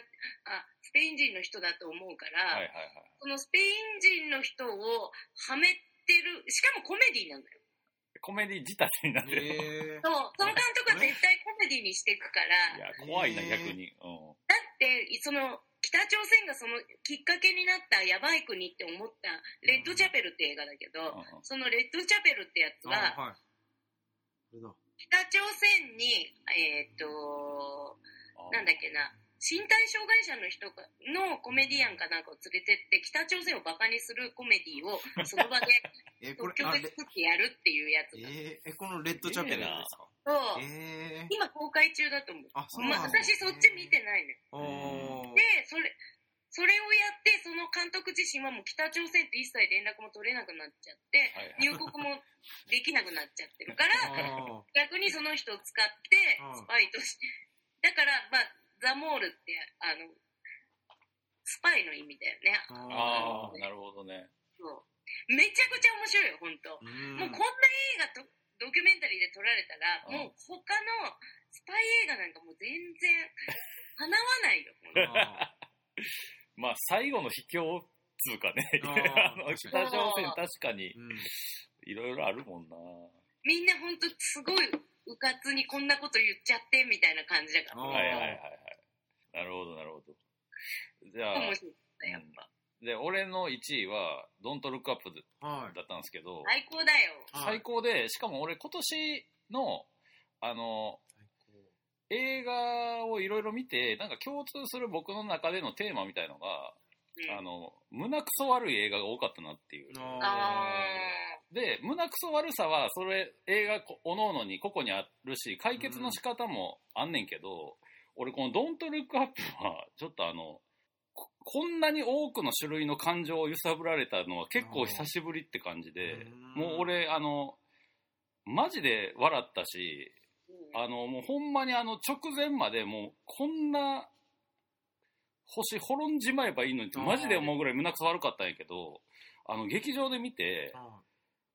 スペイン人の人だと思うか
はいはい
ら、
はい。
そのスペイン人の人をはめてる、しかもコメディなんだよ。
コメディ自体になってる。
えー
そう、その監督は絶対コメディにしていく か
いや、
ら、だ
怖いな、
えー
逆に。うん。
って、その、北朝鮮がそのきっかけになったやばい国って思った、レッドチャペルって映画だけ
うん
ど、
うん
そのレッドチャペルってやつ
あ
は、
はい。これだ。
北朝鮮に、えーっ、と、
あ
なんだっけな、身体障害者の人がのコメディアンかなんかを連れてって、北朝鮮をバカにするコメディをその場で
え、 こ
即
れ、
興
あ
で
れ、
作ってやるっていうやつが。
えー、え、このレッドチャペルですか
そう
えー、
今公開中だと思う。
あ、そう
ま
な
あ、
んだ
私そっち見てないのよ。
おー
で、それ、それをやって、その監督自身はもう北朝鮮と一切連絡も取れなくなっちゃって、
はいはい
入国もできなくなっちゃってるから、
あ
逆にその人を使って
うん
スパイとして、だからまあザモールってあのスパイの意味だよね
ーあ
ああ、なるほどね。
そうめちゃくちゃ面白いよ本当、
ー。
もう
うん
こんな映画とドキュメンタリーで撮られたら、
うん
もう他のスパイ映画なんかもう全然かなわないよほんと
あ
まあ、最後の秘境つうかね。
あ
あ
ー
の
確
北
か
に
朝鮮確かに
ーうん
いろいろあるもんな。
みんな本当すごいうかつにこんなこと言っちゃってみたいな感じだから
あー
はいはいはいはい。なるほど、なるほど。じゃあ、
面白いやっぱ
で、俺の1位は、ドントルックアップだ
はい。
ったんですけど、
最高だよ
最高で、しかも俺今年の、あの、映画をいろいろ見て、なんか共通する僕の中でのテーマみたいのが、
うん
あの、胸くそ悪い映画が多かったなっていう。
あ
で、胸くそ悪さは、それ、映画こ、おのおのに個々にあるし、解決の仕方もあんねんけど、俺、このドントルックアップは、ちょっとあの、ここんなに多くの種類の感情を揺さぶられたのは結構久しぶりって感じで、
うん
もう俺、あの、マジで笑ったし、
ー、
あの、もうほんまにあの、直前までもう、こんな、星滅んじまえばいいのにって、マジで思うぐらい胸くそ悪かったんやけど、あの、劇場で見て、
あ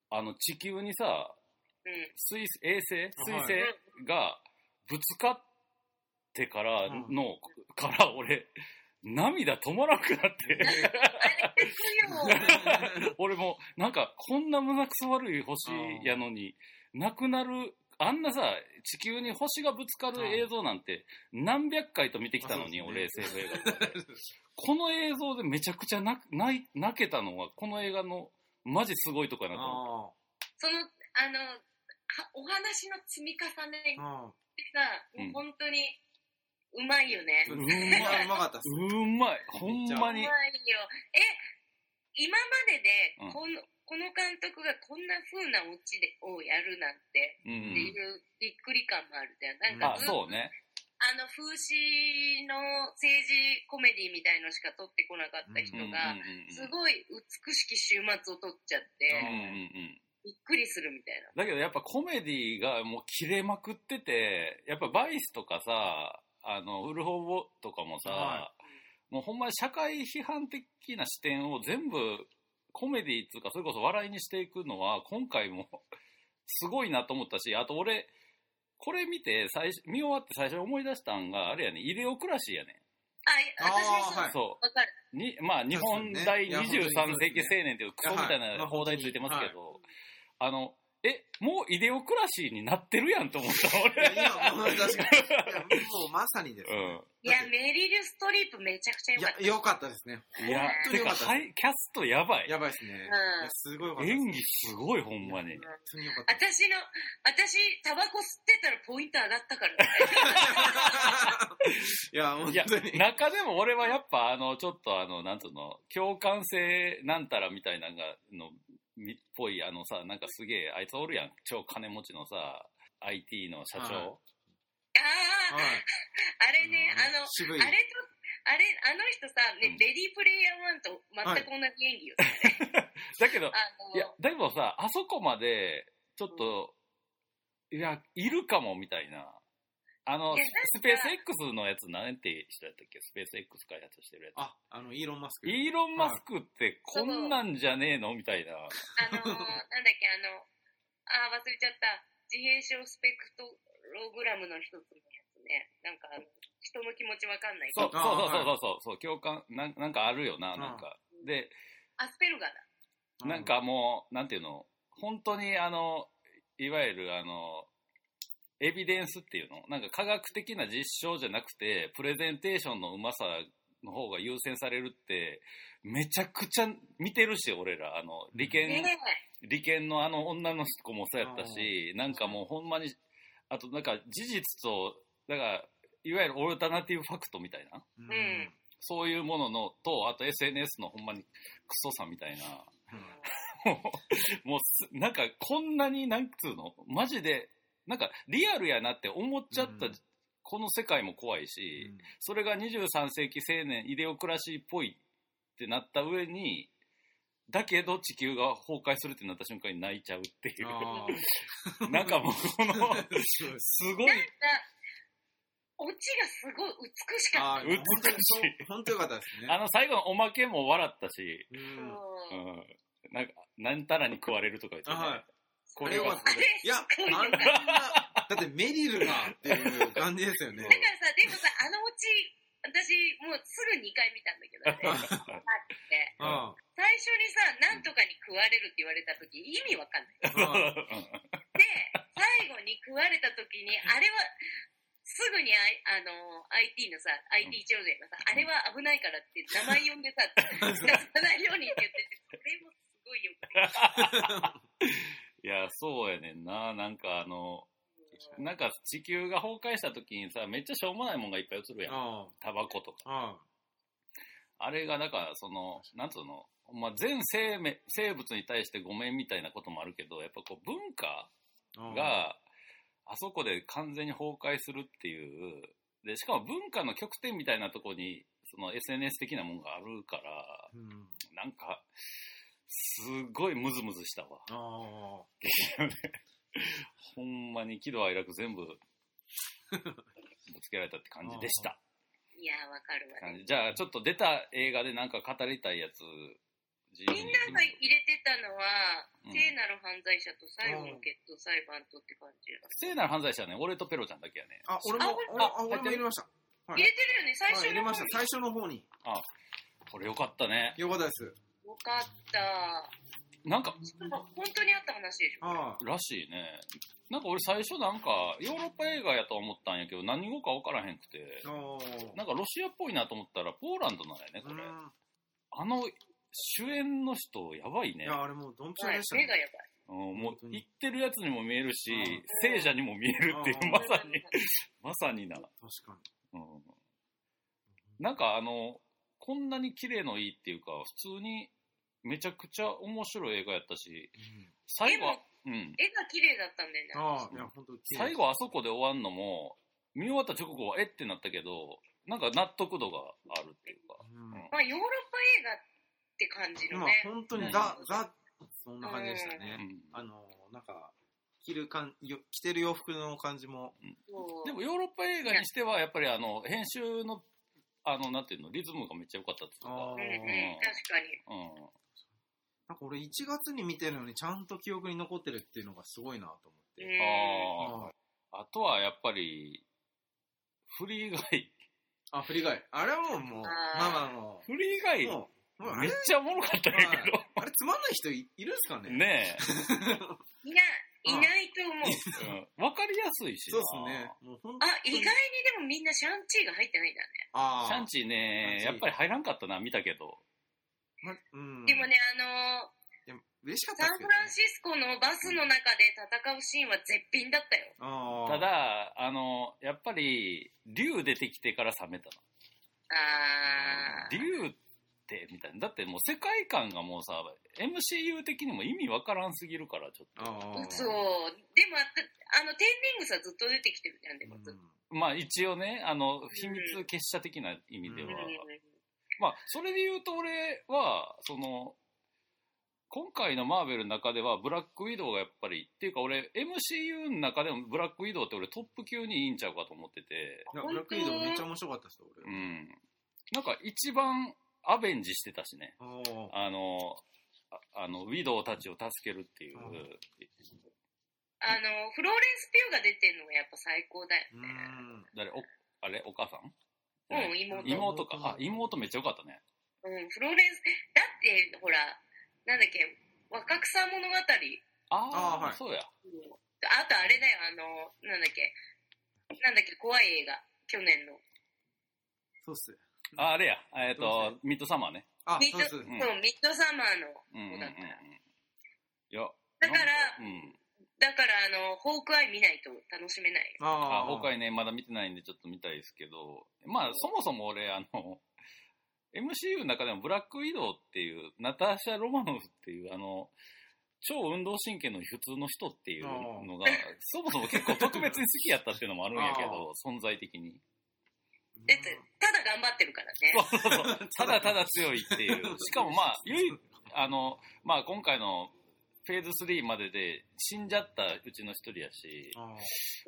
あの、地球にさ、
うんうん
水衛星水
はい
星がぶつかってからの、から俺、涙止まらなくな って、
あれですよ
俺もうなんかこんな胸くそ悪い星やのに、なくなる、あんなさ、地球に星がぶつかる映像なんて何百回と見てきたのに、
あそう
俺
で
SF 映画とかで。この映像でめちゃくちゃ泣く泣い泣けたのは、この映画のマジすごいとこやなと思って
あ
その、あの、はお話の積み重ね
ー。あ
ってさ、
うん
もう本当に、 うまいよね。
ー。
う
うんんまいうまかったっす。
うまい。ほんま
うまい
に
よ。。え、今まで
うん
で、この、この監督がこんな風なオチで、をやるなんて、
うんう
っ
ん
ていうびっくり感もあるじゃん。な
あ、
んか
うん
ずっ
そ
と、
うね。
あの、風刺の政治コメディみたいのしか撮ってこなかった人
うんうんうん
が、
うん
すごい美しき週末を撮っちゃって、
うんうんうん
びっくりするみたいな。
だけどやっぱコメディがもう切れまくってて、やっぱバイスとかさ、あの、ウルフ・オブ・ウォとかもさ、
は
もうほんまに社会批判的な視点を全部コメディっていうか、それこそ笑いにしていくのは今回も すごいなと思ったし、あと俺、これ見て最初、見終わって最初に思い出したんが、あれやね、イデオクラシーやね。
い、私もそう
あーはい
そ
わかる。
う。に、まあ、日本大
そうですねいや
23世紀青年っていうクソみたい
いや
な
はい
放題ついてますけど、あの、え、もうイデオクラシーになってるやんと思った、
いや
俺。
もう確かに。いやもうまさにです。
いや、メリル・ストリープめちゃくちゃ良
い
かっ
や
た、。
良かったですね。
うん。いや
本当、
に
て
よか
か、
った
はいキャストやばい。
やばいですね。
うん
いやすごい良かったです。
演技すごい、ほんまに。
本当に良 かった。
私の、私、タバコ吸ってたらポイント上がったからね。
いや、本
いや
当に。、
中でも俺はやっぱ、あの、ちょっとあの、なんつうの、共感性なんたらみたいなのが、の、みっぽい、あのさ、なんかすげえ、あいつおるやん。超金持ちのさ、IT の社
はい
長。
ああ、
はい
あれね、あの、
渋い。
あれと、あれ、あの人さ、
う
ね
ん、
レディープレイヤー1と全く同じ演技をするね。
だけど、
あ
いや
の、、
でもさ、あそこまで、ちょっと、いや、いるかもみたいな。あの
いやなんか、
スペース X のやつ、なんて人やったっけスペース X 開発してるやつ。
あ、あの、イーロン・マスク。
イーロン・マスクってこんなんじゃねえのみたいな。
あのー、なんだっけ、あの、あー忘れちゃった。自閉症スペクトログラムの一つのやつね。なんか、あの人の気持ちわかんないけ
そう
ど。
そうそうそうそうそう、共感なん、なんかあるよな、
うん
なんか。で、
アスペルガーだ。
なんかもう、なんていうの、本当にあの、いわゆるあの、エビデンスっていうのなんか科学的な実証じゃなくて、プレゼンテーションのうまさの方が優先されるって、めちゃくちゃ見てるし、俺ら、あの、利
ね
権、
え。
利権のあの女の子もそうやったし、なんかもうほんまに、あとなんか事実と、だから、いわゆるオルタナティブファクトみたいな。
う。
うんん
うん
そういうものの、と、あと SNS のほんまにクソさみたいな。もう、もうすなんか、こんなに、なんつうのマジで、なんか、リアルやなって思っちゃった、
うん
この世界も怖いし、それが23世紀青年、イデオクラシーっぽいってなった上に、だけど地球が崩壊するってなった瞬間に泣いちゃうっていう。
あ ー
なんかもう、この、
すごい
すごい、
オチがすごい美しか
あ
った。
ー、本当にそう、本当良かったですね。
あの、最後のおまけも笑ったし、
う
そ
ん。
う、
うん
なんか、なんたらに食われるとか言ってね、
はい
こ
あれ
れ
良か
は
ったですね。いや、あんな、だってメリルがっていう感じですよね
だ。からさ、でもさ、あのオチ、私、もうすぐ2回見たんだけどね。 あって
うん。うん
最初にさ、なんとかに食われるって言われた時、意味わかんない。 で、最後に食われた時に、あれは、すぐにあいあの IT のさ、IT 長女がさ、あれは危ないからって名前呼んで さ、出さないようにって言ってて、それもすごいよく
い
て。
や、そうやねんな。なんかあの、なんか地球が崩壊した時にさ、めっちゃしょうもないもんがいっぱい映るやん。
あ
タバコとか。
あ。
あれが、だから、その、なんつうの、まあ、全生命、生物に対してごめんみたいなこともあるけど、やっぱこう文化
うん、
が、あそこで完全に崩壊するっていう、で、しかも文化の極点みたいなとこに、その SNS 的なもんがあるから、
うん。
なんか、すごいムズムズしたわ。
あ
ほんまに喜怒哀楽全 部ぶつけられたって感じでした。
いや、わかるわ、
感
ね。
じじゃあ、ちょっと出た映画でなんか語りたいやつ、み
みんなが入れてたのは、
うん
聖なる犯罪者と最後の決闘裁判とって感じ。
聖なる犯罪者はね、俺とペロちゃんだけやね。
あ。あ、俺も、俺あ俺も入れました。はい
入れてるよね、最
はい、
初
入れ
の
ま
方
した。
に。
最初の方に。
これよかったね。
よかったです。
よかった。
なんか、
しかも本当にあった話でしょ。
あ
らしいね。なんか俺最初なんか、ヨーロッパ映画やと思ったんやけど、何語か分からへんくて
あ。、あ
なんかロシアっぽいなと思ったら、ポーランドなんやね、
あ。
こ
う
れ。
ん。
あの、主演の人、やばい
い
ね。
や、あれもうドンピシャ
はい
でした
目
ね。
がやばい。
うん、もう
本当、に
言ってるやつにも見えるし
うん、
聖者にも見えるっていうう、
ん
まさに、まさにな。
確か
うん。なんかあの、こんなに綺麗のいいっていうか、普通にめちゃくちゃ面白い映画やったし、
に。うん
最後は
でも、
うん。
絵が綺麗だったんだよね。
ああ、いや、本当綺麗
最後あそこで終わんのも、見終わった直後はえってなったけど、なんか納得度があるっていうか。
うん
うん
まあ、ヨーロッパ映画って感じの
今、
ね。
本当にザ、ザ、そんな感じでしたね。あの、なんか、着るかんよ着てる洋服の感じも、
う
そ
ん
う
でもヨーロッパ映画にしては、やっぱりあの、編集の、あの、なんていうの、リズムがめっちゃ良かったっていう
あ
か
あ、
うんうん、確かに。
うん。
なんか俺1月に見てるのにちゃんと記憶に残ってるっていうのがすごいなと思っ
う
て。
ん、
ああ。あとはやっぱり、フリー以外
あ、振り返り。あれはもう、もう、マ
あー
マの、
フリー以外、
もう、もうあ
めっ
れ、
ちゃおもろかったんやけ
あれつまんない人いいるんすか
ど。
ね
ね
いや、いないと思う。
え。うんわ、かりやすいし
そ
な。
うっすね。もう本当
あ、意外にでもみんなシャンチーが入ってないんだね。
あー
シャンチーね、
シャ
や
ン
っ
チー
ぱり入らんかったな、見たけど。
ま、うん。
でもね、あのー
いや。嬉しかったっ
サ
す
ン
け
フ
どね
ランシスコのバスの中で戦うシーンは絶品だったよ。
あー
た、だ、あの、やっぱり、竜出てきてから冷めたな。
あ
竜って、みたいな。だってもう世界観がもうさ、MCU 的にも意味わからんすぎるから、ちょっ
あ
ー。
ー
そう。でもあった、あの、テンディングさずっと出てきてるじゃん、でもずっと。
と。まあ一応ね、あの、秘密結社的な意味では。まあ、それで言うと俺は、その、今回のマーベルの中では、ブラックウィドウがやっぱり、っていうか俺、MCU の中でもブラックウィドウって俺トップ級にいいんちゃうかと思ってて、
いやブラックウィドウめっちゃ面白かったっすよ、
う
俺。
ん。なんか一番アベンジしてたしね、
あー
あの、ああの、ウィドウたちを助けるっていう。
うん
あの、フローレンス・ピューが出てるのがやっぱ最高だよ
う
ね。
ん。
誰、お、あれお母さん
うん、妹。う
妹か。あ、妹めっちゃ良かったね。
ん、フローレンス、だって、ほら、なんだっけ、若草物語。
ああ
あーはい
そうや。
あとあれだよ、あの、なんだっけ、なんだっけ、怖い映画、去年の。
そうっす。
ああれや、えっ、
ど
と、
う
ミッドサマーね。
あ、
ミッ
そう
ド
っす。
ん
そう、ミッドサマーの。
うんうんうんうん。
そうだった
いや、
だから、
うん。
だから、あの、ホークアイ見ないと楽しめないよ。
あ
あー
崩壊ね、まだ見てないんでちょっと見たいですけど、まあ、そもそも俺、あの、MCU の中でもブラックウィドウっていう、ナターシャ・ロマノフっていう、あの、超運動神経の普通の人っていうのが、そもそも結構特別に好きやったっていうのもあるんやけど、存在的に。
でただ頑張ってるからね。
そうそうそうただただ強いって いう。しかもまあ、唯一あの、まあ今回のフェーズ3までで死んじゃったうちの一人やし、
あ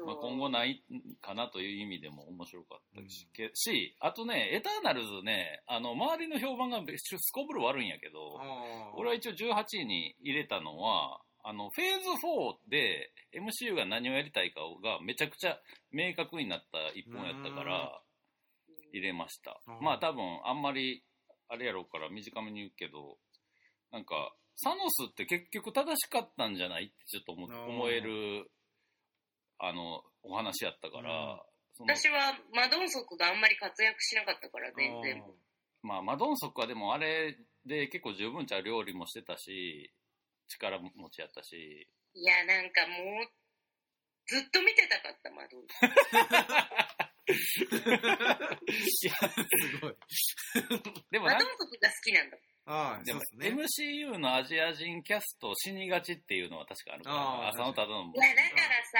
ー
まあ、今後
い。
ないかなという意味でも面白かったし,
うん
け、しあとね、エターナルズね、あの周りの評判がべすこぶる悪いんやけど、
あー。
俺は一応18位に入れたのは、あのフェーズ4で MCU が何をやりたいかがめちゃくちゃ明確になった一本やったから入れました
うん。
まあ多分あんまりあれやろうから短めに言うけど、なんかサノスって結局正しかったんじゃないってちょっと思
うん
思えるあのお話やったから、その
私はマドンソクがあんまり活躍しなかったから、全 然。
まあ、マドンソクはでもあれで結構十分ちゃう料理もしてたし、力持ちやったし、
いや、なんかもう、ずっと見てたかった、マドンソ ク。
すごい。
でも
マ
なん
ドンソクが好きなんだもん。
ああ、
で
そう
も
っすね。
MCU のアジア人キャストを死にがちっていうのは確かあるから、
ああ
浅野忠信
いや、だからさ、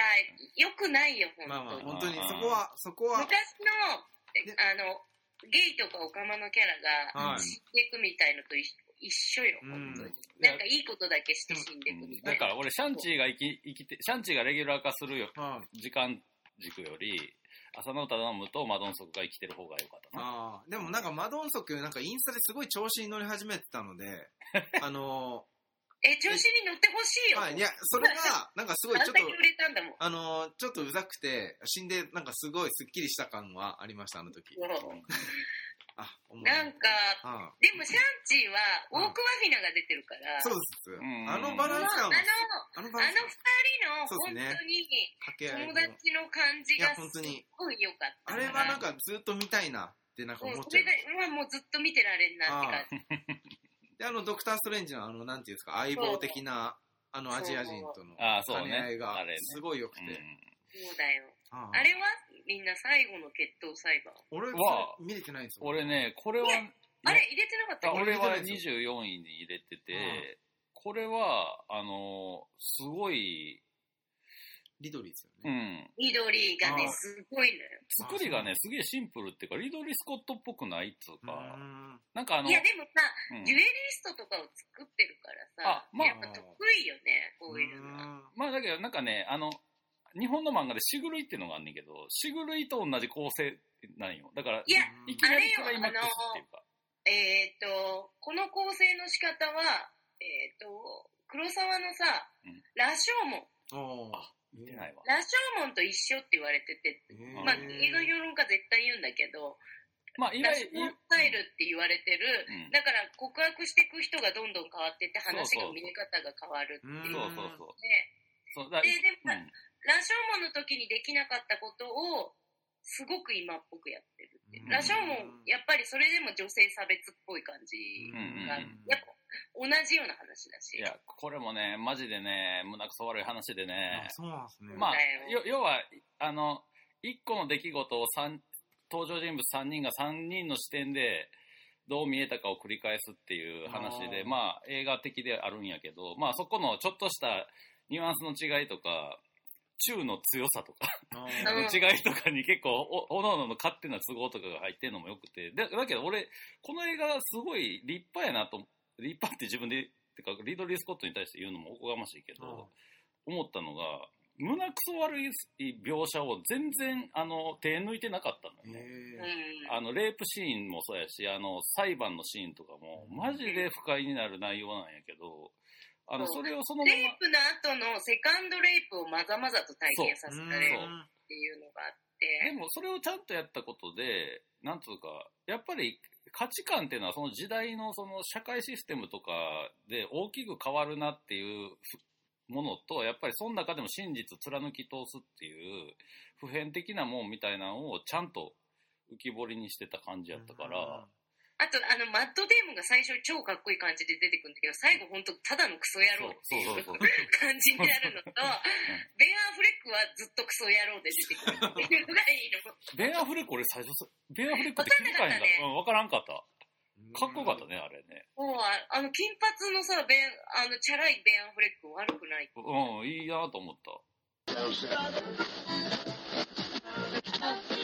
よくないよ、本
まあまあ、
当に。
本当に、そこは、そこは
昔、の、えあの、ゲイとかオカマのキャラ
は
が
い
死んでいくみたいのと一一緒よ、
う
本
ん
当に。
いや
なんかいいことだけして死んでいくみた
だ
い
か
な。
ら俺、シャンチーが生き生きて、シャンチーがレギュラー化するよ
はい。
時間軸より、浅野忠信とマドンソクが生きてる方が良かったな。
ああ、でもなんかマドンソク、なんかインスタですごい調子に乗り始めてたので、あの
え、調子に乗ってほし い
ー、
よ。
はい、いや、それが、なんかすごい
あ
ち
ん
ょっ
だ
と
け、売れたんだもん。
あのー、ちょっとうざくて、死んで、なんかすごいスッキリした感はありました、あの時。
そう
あ、思う
なんか、
あ
でもシャンチーは、ウォーク・ワフィナが出てるから、
あそう
もう
です
ん。
あのバ
あ
ラン
の、
ス
あ
感
の
は、あのバランス感、
二人の、本当に、
掛け合い
友
も。
達の感じ
いや
が、す
本当に
っごい良かった
あ
から。
れはなんかずっと見たいなってなんか
もう
思っ
そ
ちゃ
れ
いま
が
し、
俺はもうずっと見てられんなって感じ。
たで、あの、ドクター・ストレンジのあの、なんていうんですか、相棒的な、あの、アジア人との
ああ、そう
兼ね合
ね
い。が
あれね。、
すごい良くて。
そうだよ。
ああ
あれはみんな最後の決闘裁判。
俺、それ
は
見れてないんです
うん
よ。
俺ね、これは、
あれ入れてなかった
あ
っけ
俺は
俺入れてないんです
24位に入れてて、
うん
これは、あの、すごい、
リドリーですよね。
うん、
緑がね
あ、
すごいのよ。
作りがね、すげえシンプルっていうか、リドリー・スコットっぽくないっつう
う
か、
ん
なんかあの、
いや、でもさ、
うん
デュエリストとかを作ってるからさ
あ、まあ
やっぱ得意よね、こういうのが。
まあだけど、なんかね、あの、日本の漫画でシグルイっていうのがあんねんけど、シグルイと同じ構成なんよ。だから、
いや、
いきなりクライマックスっていうか。
えっ、と、この構成の仕方は、えっ、と、黒沢のさ
うん、
羅生門。
おー
あ見てないわ。
羅生門と一緒って言われてて、
えー
まあ、映画評論家絶対言うんだけど、
まあ、意
ラ
外
ス
に、
スタイルって言われてる、
うん
だから告白していく人がどんどん変わってって話
そうそ
が
う
見え方が変わるっていう
そうそうそう。
ね。
そうだ
で、でも、
うん
羅生門の時にできなかったことを、すごく今っぽくやってるっていうう。
ん
羅生門、やっぱりそれでも女性差別っぽい感じ
うん
が、やっぱ同じような話だし。
いや、これもね、マジでね、胸くそ悪い話でね
あ、そうなんですね。
まあ
だよ、
よ要は、あの、一個の出来事を三登場人物3人が3人の視点で、どう見えたかを繰り返すっていう話で、
あー
まあ、映画的であるんやけど、まあ、そこのちょっとしたニュアンスの違いとか、中の強さとか、
あ
うん
の違いとかに結構、おおのおのの勝手な都合とかが入ってるのもよくて、だだけど俺、この映画すごい立派やなと、立派って自分で、てか、リドリー・スコットに対して言うのもおこがましいけど、思ったのが、胸くそ悪い描写を全然、あの、手抜いてなかったのよね。
うん。
へ
あの、レイプシーンもそうやし、あの、裁判のシーンとかも、マジで不快になる内容なんやけど、あの、それをそのまま、
レイプの後のセカンドレイプをまざまざと体験さ
ー
せ
う
たれる
そう
ーん
っていうのがあっ
で
て、
もそれをちゃんとやったことで、なんというか、やっぱり価値観っていうのはその時代のその社会システムとかで大きく変わるなっていうものと、やっぱりその中でも真実貫き通すっていう普遍的なもんみたいなのをちゃんと浮き彫りにしてた感じやったから、
あと、あの、マットデーモンが最初超かっこいい感じで出てくるんだけど、最後ほんとただのクソ野
そう
郎
そうそうそう。
っていう感じになるのと、ベン・アフレックはずっとクソ野郎で出てくるって
ベ
いうのがいいの。
ンアフレック俺最初そ、ベンアフレックって気づかへんかった。うん、わからんかった。
う
か
ん
っこよかったね、あれね。
もう、ああの、金髪のさ、ベン、あの、チャラいベン・アフレックも悪くない。
うん、いいなと思った。
How's that?